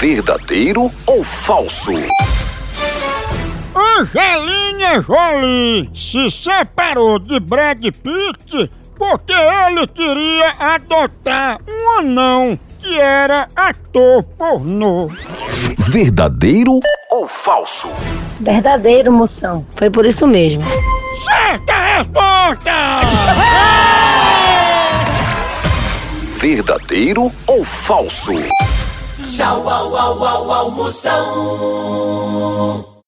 verdadeiro ou falso? Angelina Jolie se separou de Brad Pitt porque ele queria adotar um anão que era ator pornô. Verdadeiro ou falso? Verdadeiro, moção. Foi por isso mesmo. Certa resposta! Verdadeiro ou falso? Tchau, au, au, au, almoção.